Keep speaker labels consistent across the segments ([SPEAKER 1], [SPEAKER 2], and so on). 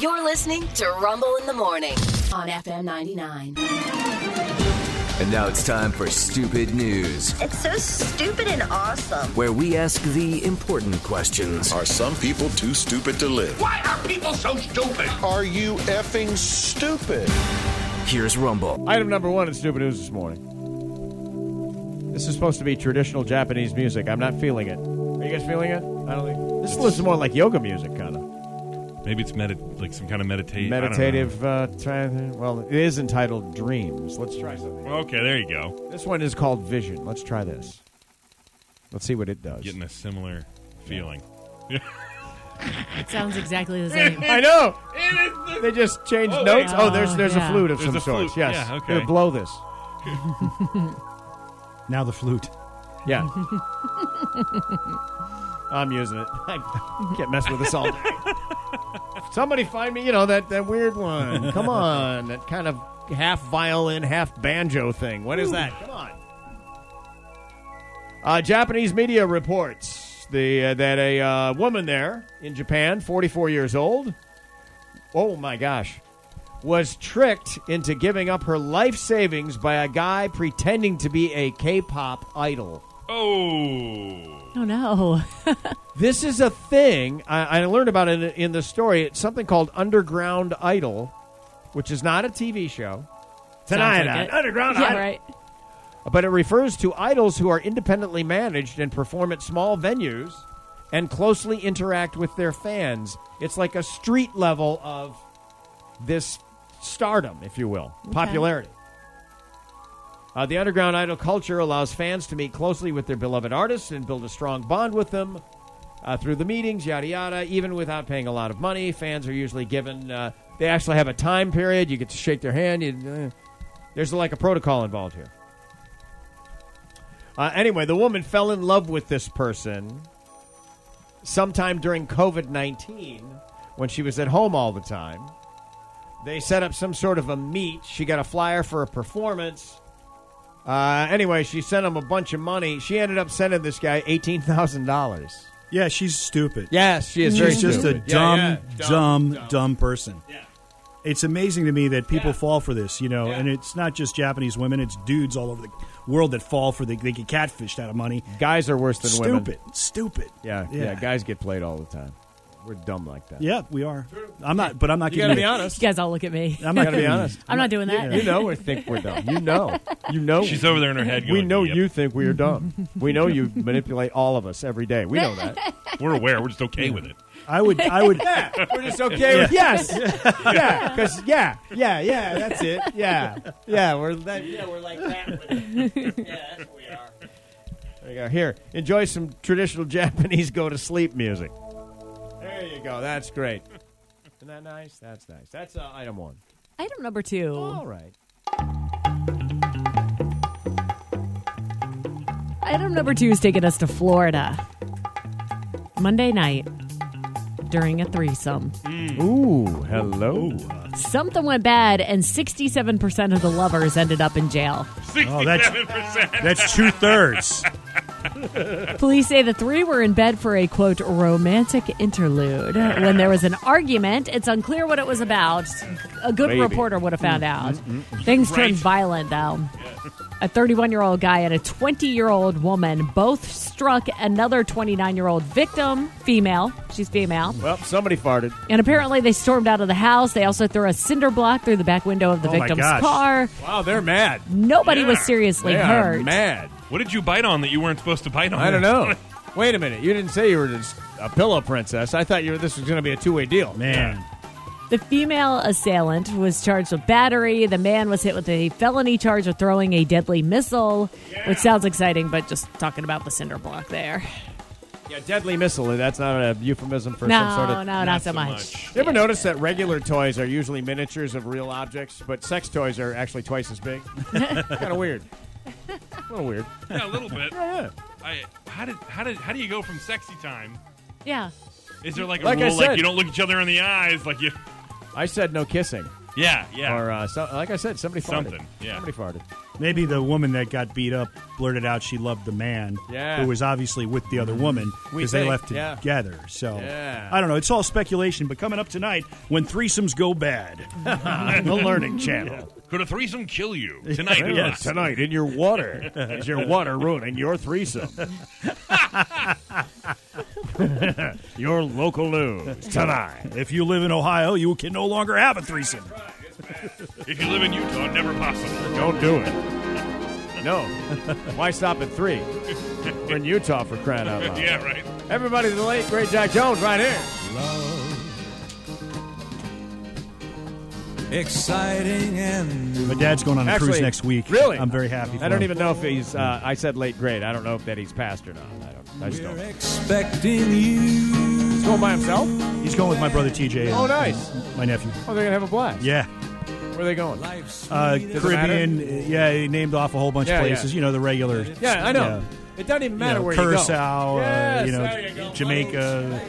[SPEAKER 1] You're listening to Rumble in the Morning on FM 99.
[SPEAKER 2] And now it's time for Stupid News,
[SPEAKER 3] It's so stupid and awesome.
[SPEAKER 2] where we ask the important questions.
[SPEAKER 4] Are some people too stupid to live?
[SPEAKER 5] Why are people so stupid?
[SPEAKER 6] Are you effing stupid?
[SPEAKER 2] Here's Rumble.
[SPEAKER 7] Item number one in Stupid News this morning. This is supposed to be traditional Japanese music. I'm not feeling it. Are you guys feeling it? I don't think. This looks more like yoga music, kind of
[SPEAKER 8] Maybe it's medi- like some kind of meditative.
[SPEAKER 7] meditative. Uh, try, well, it is entitled Dreams. Let's try something.
[SPEAKER 8] Okay, there you go.
[SPEAKER 7] This one is called Vision. Let's try this. Let's see what it does.
[SPEAKER 8] Getting a similar feeling.
[SPEAKER 9] It sounds exactly the same.
[SPEAKER 7] I know. They just changed
[SPEAKER 8] Oh,
[SPEAKER 7] notes.
[SPEAKER 9] wait.
[SPEAKER 7] Oh, there's there's
[SPEAKER 9] Yeah.
[SPEAKER 7] a flute of
[SPEAKER 8] There's
[SPEAKER 7] some
[SPEAKER 8] a
[SPEAKER 7] sort.
[SPEAKER 8] flute.
[SPEAKER 7] Yes.
[SPEAKER 8] Yeah, okay.
[SPEAKER 7] Here, blow this.
[SPEAKER 10] Now the flute.
[SPEAKER 7] Yeah. I'm using it. I can't mess with this all day. Somebody find me, you know, that, that weird one. Come on. That kind of half violin, half banjo thing. What is that? Come on. Uh, Japanese media reports the uh, that a uh, woman there in Japan, 44 years old, oh my gosh, was tricked into giving up her life savings by a guy pretending to be a K pop idol.
[SPEAKER 8] Oh,
[SPEAKER 9] Oh no.
[SPEAKER 7] This is a thing I, I learned about it in, in the story. It's something called Underground Idol, which is not a TV show. Tonight
[SPEAKER 9] Sounds like
[SPEAKER 7] on
[SPEAKER 9] it.
[SPEAKER 7] Underground
[SPEAKER 9] yeah,
[SPEAKER 7] Idol.
[SPEAKER 9] right.
[SPEAKER 7] But it refers to idols who are independently managed and perform at small venues and closely interact with their fans. It's like a street level of this stardom, if you will, popularity. Uh, the underground idol culture allows fans to meet closely with their beloved artists and build a strong bond with them uh, through the meetings, yada yada. Even without paying a lot of money, fans are usually given. Uh, they actually have a time period. You get to shake their hand. You, uh, there's like a protocol involved here. Uh, anyway, the woman fell in love with this person sometime during COVID 19 when she was at home all the time. They set up some sort of a meet. She got a flyer for a performance. Uh, anyway, she sent him a bunch of money. She ended up sending this guy $18,000.
[SPEAKER 10] Yeah, she's stupid.
[SPEAKER 7] Yes, she is
[SPEAKER 10] she's just a dumb, dumb, dumb, person.
[SPEAKER 8] Yeah.
[SPEAKER 10] It's amazing to me that people fall for this, you know, and it's not just Japanese women; it's dudes all over the world that fall for the, they get catfished out of money.
[SPEAKER 7] Guys are worse than women.
[SPEAKER 10] Stupid, stupid.
[SPEAKER 7] Yeah, yeah,
[SPEAKER 10] yeah,
[SPEAKER 7] Guys get played all the time. We're dumb like that.
[SPEAKER 10] Yeah, we are. I'm not, but I'm not.
[SPEAKER 7] You
[SPEAKER 10] giving
[SPEAKER 7] got to be
[SPEAKER 10] you-
[SPEAKER 9] You
[SPEAKER 7] honest.
[SPEAKER 9] guys all look at me.
[SPEAKER 10] I'm not
[SPEAKER 7] gotta be
[SPEAKER 10] giving you-
[SPEAKER 7] honest.
[SPEAKER 9] I'm not doing that.
[SPEAKER 7] You know we think we're dumb. You know. You know.
[SPEAKER 8] she's over there in her head. Going,
[SPEAKER 7] we know
[SPEAKER 8] "Yep,
[SPEAKER 7] you think we are dumb. we know you manipulate all of us every day. We know that.
[SPEAKER 8] We're aware. We're just okay with it.
[SPEAKER 10] I would. I would.
[SPEAKER 7] We're just okay with yes, yeah, because yeah, yeah, yeah. That's it. Yeah, yeah. We're that, yeah. We're like that. With it. Yeah, that's what we are. There you go. Here, enjoy some traditional Japanese go to sleep music. There you go. That's great. Isn't that nice? That's nice. That's uh, item one.
[SPEAKER 9] Item number two.
[SPEAKER 7] All right.
[SPEAKER 9] Item number two is taking us to Florida. Monday night during a threesome.
[SPEAKER 7] Ooh, hello.
[SPEAKER 9] Something went bad, and 67% of the lovers ended up in jail.
[SPEAKER 10] Oh, that's that's two thirds.
[SPEAKER 9] Police say the three were in bed for a quote romantic interlude. When there was an argument, it's unclear what it was about. A good
[SPEAKER 7] Maybe.
[SPEAKER 9] reporter would have found
[SPEAKER 10] Mm,
[SPEAKER 9] out. Things turned violent though. A 31 year old guy and a 20 year old woman both struck another 29 year old victim, female. She's female.
[SPEAKER 7] Well, somebody farted.
[SPEAKER 9] And apparently, they stormed out of the house. They also threw a cinder block through the back window of the
[SPEAKER 10] Oh my
[SPEAKER 9] victim's
[SPEAKER 10] gosh.
[SPEAKER 9] car.
[SPEAKER 7] Wow, they're mad.
[SPEAKER 9] Nobody was
[SPEAKER 8] Yeah.
[SPEAKER 9] seriously
[SPEAKER 7] they
[SPEAKER 9] hurt.
[SPEAKER 7] are mad.
[SPEAKER 8] What did you bite on that you weren't supposed to bite on?
[SPEAKER 7] I don't know. Wait a minute. You didn't say you were just a pillow princess. I thought you were, this was going to be a two way deal.
[SPEAKER 10] Man,
[SPEAKER 9] The female assailant was charged with battery. The man was hit with a felony charge of throwing a deadly missile, which sounds exciting, but just talking about the cinder block there.
[SPEAKER 7] Yeah, deadly missile. That's not a euphemism for
[SPEAKER 9] no,
[SPEAKER 7] some sort of.
[SPEAKER 9] no, not, so much.
[SPEAKER 7] You ever notice that regular toys are usually miniatures of real objects, but sex toys are actually twice as big? kind of weird. A little weird.
[SPEAKER 8] Yeah, a little bit.
[SPEAKER 7] Yeah.
[SPEAKER 8] I, how did how did how do you go from sexy time?
[SPEAKER 9] Yeah.
[SPEAKER 8] Is there like a
[SPEAKER 7] Like I
[SPEAKER 8] rule
[SPEAKER 7] said.
[SPEAKER 8] like you don't look each other in the eyes? Like you
[SPEAKER 7] I said no kissing.
[SPEAKER 8] Yeah, yeah.
[SPEAKER 7] Or uh, so, like I said, somebody farted.
[SPEAKER 8] Something, yeah.
[SPEAKER 7] Somebody farted.
[SPEAKER 10] Maybe the woman that got beat up blurted out she loved the man
[SPEAKER 7] Yeah.
[SPEAKER 10] who was obviously with the other woman
[SPEAKER 7] We
[SPEAKER 10] because they
[SPEAKER 7] think,
[SPEAKER 10] left
[SPEAKER 7] yeah.
[SPEAKER 10] together. So
[SPEAKER 7] Yeah.
[SPEAKER 10] I don't know. It's all speculation. But coming up tonight, when threesomes go bad,
[SPEAKER 7] uh,
[SPEAKER 10] on the Learning Channel.
[SPEAKER 8] Could a threesome kill you tonight? at Lost?
[SPEAKER 7] tonight in your water is your water ruining your threesome. your local news tonight.
[SPEAKER 10] If you live in Ohio, you can no longer have a threesome.
[SPEAKER 8] If you live in Utah, never possible.
[SPEAKER 7] Don't do it. No. Why stop at three? We're in Utah for crying out loud.
[SPEAKER 8] Yeah, right.
[SPEAKER 7] Everybody, the late great Jack Jones, right here.
[SPEAKER 2] Exciting and
[SPEAKER 10] My dad's going on a
[SPEAKER 7] Actually,
[SPEAKER 10] cruise next week.
[SPEAKER 7] Really,
[SPEAKER 10] I'm very happy. For
[SPEAKER 7] I don't
[SPEAKER 10] him.
[SPEAKER 7] even know if he's. Uh, I said late grade. I don't know if that he's passed or not. I don't. I just don't.
[SPEAKER 2] expecting you.
[SPEAKER 7] He's going by himself.
[SPEAKER 10] He's going with my brother TJ.
[SPEAKER 7] Oh,
[SPEAKER 10] and
[SPEAKER 7] nice.
[SPEAKER 10] My nephew.
[SPEAKER 7] Oh, they're gonna have a blast.
[SPEAKER 10] Yeah.
[SPEAKER 7] Where are they going?
[SPEAKER 10] Uh,
[SPEAKER 7] it
[SPEAKER 10] Caribbean. uh, Yeah, he named off a whole bunch
[SPEAKER 7] Yeah,
[SPEAKER 10] of
[SPEAKER 7] yeah.
[SPEAKER 10] places. You know, the regular.
[SPEAKER 7] Yeah, I know.
[SPEAKER 10] Yeah.
[SPEAKER 7] It doesn't even
[SPEAKER 10] You
[SPEAKER 7] matter
[SPEAKER 10] know,
[SPEAKER 7] where
[SPEAKER 10] Curacao,
[SPEAKER 7] you go.
[SPEAKER 10] uh,
[SPEAKER 7] Yes,
[SPEAKER 10] you know,
[SPEAKER 7] there go.
[SPEAKER 10] Jamaica.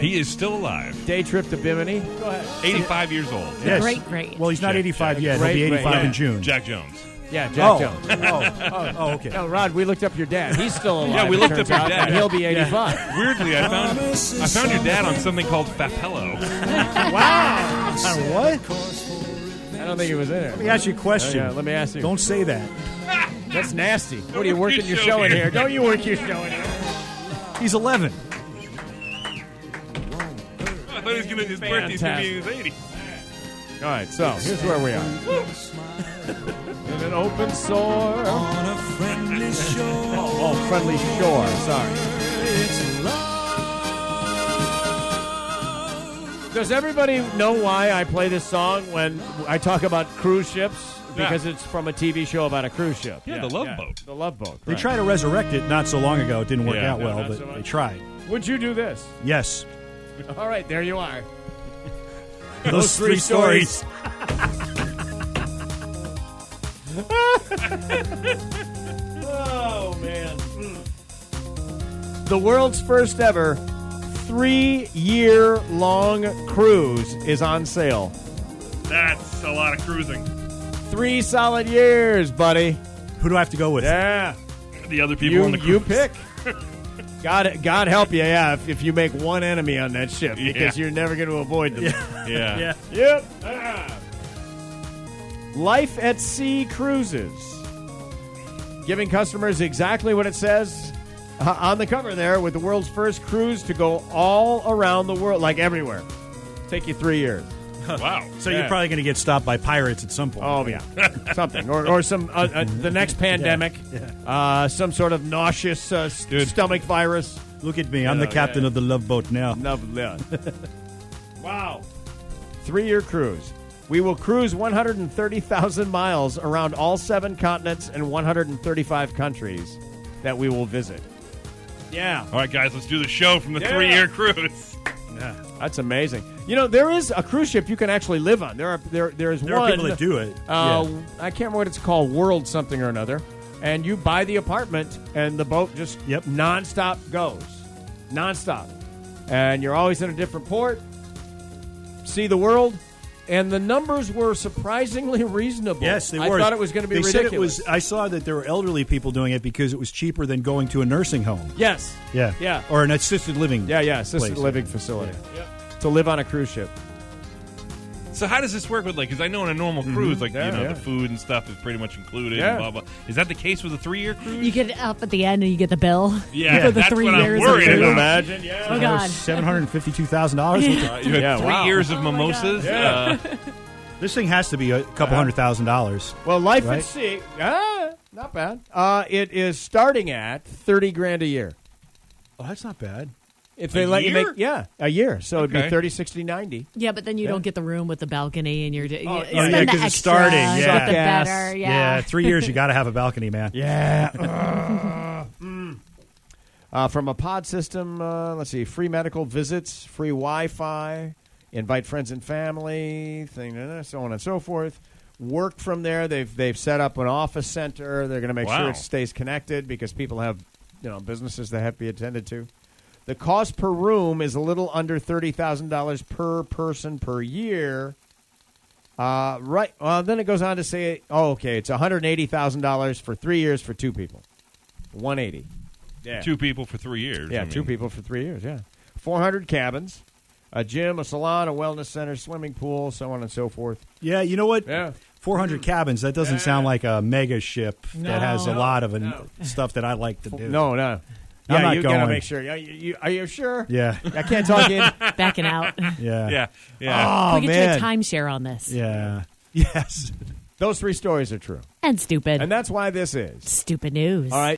[SPEAKER 8] He is still alive.
[SPEAKER 7] Day trip to Bimini. Go ahead.
[SPEAKER 8] 85 years old.
[SPEAKER 10] Yes.
[SPEAKER 9] Great, great.
[SPEAKER 10] Well, he's not
[SPEAKER 8] Jack,
[SPEAKER 10] 85
[SPEAKER 8] Jack.
[SPEAKER 10] yet. He'll be
[SPEAKER 7] Great, great.
[SPEAKER 10] 85 in
[SPEAKER 7] Yeah.
[SPEAKER 10] June.
[SPEAKER 8] Jack Jones.
[SPEAKER 7] Yeah, Jack
[SPEAKER 10] oh.
[SPEAKER 7] Jones.
[SPEAKER 10] Oh. oh, oh, okay.
[SPEAKER 7] No, Rod, we looked up your dad. He's still alive.
[SPEAKER 8] Yeah, we
[SPEAKER 7] it
[SPEAKER 8] looked
[SPEAKER 7] turns
[SPEAKER 8] up your
[SPEAKER 7] out,
[SPEAKER 8] dad.
[SPEAKER 7] and he'll be 85.
[SPEAKER 8] Weirdly, I found I found your dad on something called Fapello.
[SPEAKER 10] Uh, what?
[SPEAKER 7] I don't think he was in
[SPEAKER 10] Let
[SPEAKER 7] there. Oh,
[SPEAKER 10] me ask you a question.
[SPEAKER 7] Yeah, let me ask you.
[SPEAKER 10] Don't say that.
[SPEAKER 7] That's nasty. What are you
[SPEAKER 8] work
[SPEAKER 7] working
[SPEAKER 8] your
[SPEAKER 7] your
[SPEAKER 8] show
[SPEAKER 7] show in
[SPEAKER 8] here.
[SPEAKER 7] here? Don't you work your show in here?
[SPEAKER 10] He's 11.
[SPEAKER 8] I thought he was gonna his birthday's gonna be in his 80s.
[SPEAKER 7] All right, so here's where we are. in an open sore. Oh,
[SPEAKER 2] On a friendly shore,
[SPEAKER 7] oh, friendly shore. Sorry.
[SPEAKER 2] it's love.
[SPEAKER 7] Does everybody know why I play this song when I talk about cruise ships?
[SPEAKER 8] Yeah.
[SPEAKER 7] Because it's from a TV show about a cruise ship.
[SPEAKER 8] Yeah, The Love Boat.
[SPEAKER 7] The Love Boat.
[SPEAKER 10] They
[SPEAKER 7] right.
[SPEAKER 10] tried to resurrect it not so long ago. It didn't work
[SPEAKER 8] Yeah.
[SPEAKER 10] out
[SPEAKER 8] No,
[SPEAKER 10] well,
[SPEAKER 7] not
[SPEAKER 10] but
[SPEAKER 7] so
[SPEAKER 10] they
[SPEAKER 7] much.
[SPEAKER 10] tried.
[SPEAKER 7] Would you do this?
[SPEAKER 10] Yes.
[SPEAKER 7] All right, there you are.
[SPEAKER 10] Those,
[SPEAKER 7] three stories. Oh man. The world's first ever three year long cruise is on sale.
[SPEAKER 8] That's a lot of cruising.
[SPEAKER 7] Three solid years, buddy.
[SPEAKER 10] Who do I have to go with?
[SPEAKER 7] Yeah.
[SPEAKER 8] The other people
[SPEAKER 7] You
[SPEAKER 8] on the
[SPEAKER 7] you
[SPEAKER 8] cruise.
[SPEAKER 7] pick. God God help you, yeah, if, if you make one enemy on that ship because
[SPEAKER 8] Yeah.
[SPEAKER 7] you're never gonna avoid them.
[SPEAKER 8] Yeah.
[SPEAKER 10] Yeah.
[SPEAKER 7] Yep. Life at Sea Cruises. Giving customers exactly what it says uh, on the cover there with the world's first cruise to go all around the world, like everywhere. Take you three years.
[SPEAKER 8] Wow.
[SPEAKER 10] So
[SPEAKER 7] Yeah.
[SPEAKER 10] you're probably going to get stopped by pirates at some point.
[SPEAKER 7] Oh, yeah. Something. Or, or some, uh, uh, the next pandemic, Uh, some sort of nauseous uh, st- stomach virus.
[SPEAKER 10] Look at me. I'm the
[SPEAKER 7] Yeah,
[SPEAKER 10] captain of the love boat now.
[SPEAKER 7] wow. Three year cruise. We will cruise 130,000 miles around all seven continents and 135 countries that we will visit. Yeah.
[SPEAKER 8] All right, guys, let's do the show from the
[SPEAKER 7] Yeah.
[SPEAKER 8] three-year cruise.
[SPEAKER 7] That's amazing. You know, there is a cruise ship you can actually live on. There are there there is
[SPEAKER 10] There
[SPEAKER 7] one
[SPEAKER 10] are people that do it.
[SPEAKER 7] Uh,
[SPEAKER 10] Yeah.
[SPEAKER 7] I can't remember what it's called, World something or another. And you buy the apartment, and the boat just
[SPEAKER 10] Yep.
[SPEAKER 7] nonstop goes, nonstop, and you're always in a different port. See the world, and the numbers were surprisingly reasonable.
[SPEAKER 10] Yes, they
[SPEAKER 7] I
[SPEAKER 10] were.
[SPEAKER 7] thought it was going to be
[SPEAKER 10] They said it
[SPEAKER 7] ridiculous.
[SPEAKER 10] was. I saw that there were elderly people doing it because it was cheaper than going to a nursing home.
[SPEAKER 7] yes,
[SPEAKER 10] Yeah,
[SPEAKER 7] yeah,
[SPEAKER 10] or an assisted living.
[SPEAKER 7] yeah, yeah. Assisted
[SPEAKER 10] place.
[SPEAKER 7] living facility to live on a cruise ship.
[SPEAKER 8] So how does this work with like? Because I know on a normal cruise, like
[SPEAKER 7] Mm-hmm. Yeah,
[SPEAKER 8] you know,
[SPEAKER 7] yeah.
[SPEAKER 8] the food and stuff is pretty much included.
[SPEAKER 7] Yeah.
[SPEAKER 8] And blah blah. Is that the case with a three-year cruise?
[SPEAKER 9] You get up at the end and you get the bill.
[SPEAKER 8] Yeah,
[SPEAKER 9] for the
[SPEAKER 8] that's
[SPEAKER 9] three
[SPEAKER 8] what I'm
[SPEAKER 9] years. of
[SPEAKER 8] worried
[SPEAKER 9] food.
[SPEAKER 8] about.
[SPEAKER 7] Imagine, yeah.
[SPEAKER 9] Oh God.
[SPEAKER 10] Seven hundred fifty-two thousand dollars.
[SPEAKER 8] You had
[SPEAKER 7] Yeah,
[SPEAKER 8] three
[SPEAKER 7] wow.
[SPEAKER 8] years of
[SPEAKER 9] Oh, my God.
[SPEAKER 8] mimosas.
[SPEAKER 7] Yeah.
[SPEAKER 8] Uh,
[SPEAKER 10] This thing has to be a couple hundred thousand dollars.
[SPEAKER 7] Well, life
[SPEAKER 10] Right?
[SPEAKER 7] at sea, ah, not bad. Uh, it is starting at thirty grand a year.
[SPEAKER 10] Oh, that's not bad.
[SPEAKER 7] If they let you
[SPEAKER 8] year?
[SPEAKER 7] make, yeah, a year. So it'd
[SPEAKER 8] Okay.
[SPEAKER 7] be 30, 60, 90.
[SPEAKER 9] Yeah, but then you don't get the room with the balcony, and you're you
[SPEAKER 7] Oh,
[SPEAKER 9] spend
[SPEAKER 7] yeah,
[SPEAKER 9] the
[SPEAKER 10] because it's
[SPEAKER 9] extra,
[SPEAKER 10] starting,
[SPEAKER 9] you
[SPEAKER 10] yeah.
[SPEAKER 9] get the
[SPEAKER 7] Yes.
[SPEAKER 9] better, yeah.
[SPEAKER 10] three years. You got to have a balcony, man.
[SPEAKER 7] Yeah.
[SPEAKER 8] hmm.
[SPEAKER 7] uh, from a pod system, uh, let's see, free medical visits, free Wi Fi, invite friends and family, thing, uh, so on and so forth. Work from there. They've they've set up an office center. They're going to make
[SPEAKER 8] Wow.
[SPEAKER 7] sure it stays connected because people have you know businesses that have to be attended to. The cost per room is a little under thirty thousand dollars per person per year. Uh, right. Well, then it goes on to say, oh, okay, it's one hundred eighty thousand dollars for three years for two people. One eighty. Yeah.
[SPEAKER 8] Two people for three years. I
[SPEAKER 7] Yeah,
[SPEAKER 8] mean,
[SPEAKER 7] two people for three years. Yeah, four hundred cabins, a gym, a salon, a wellness center, swimming pool, so on and so forth.
[SPEAKER 10] Yeah, you know what?
[SPEAKER 7] Yeah.
[SPEAKER 10] 400 cabins. That doesn't sound like a mega ship
[SPEAKER 9] No.
[SPEAKER 10] that has a
[SPEAKER 9] No,
[SPEAKER 10] lot of an, stuff that I like to do.
[SPEAKER 7] No, no.
[SPEAKER 10] I'm
[SPEAKER 7] yeah,
[SPEAKER 10] not
[SPEAKER 7] you gotta
[SPEAKER 10] going.
[SPEAKER 7] make sure. Yeah, you, you, are you sure?
[SPEAKER 10] Yeah.
[SPEAKER 7] I can't talk in.
[SPEAKER 9] Backing out. Can
[SPEAKER 10] Yeah.
[SPEAKER 8] Yeah, yeah.
[SPEAKER 7] Oh
[SPEAKER 9] we get
[SPEAKER 7] man,
[SPEAKER 9] you a timeshare on this.
[SPEAKER 10] Yeah. Yes.
[SPEAKER 7] those three stories are true,
[SPEAKER 9] And stupid.
[SPEAKER 7] and that's why this is.
[SPEAKER 9] stupid news.
[SPEAKER 7] All right.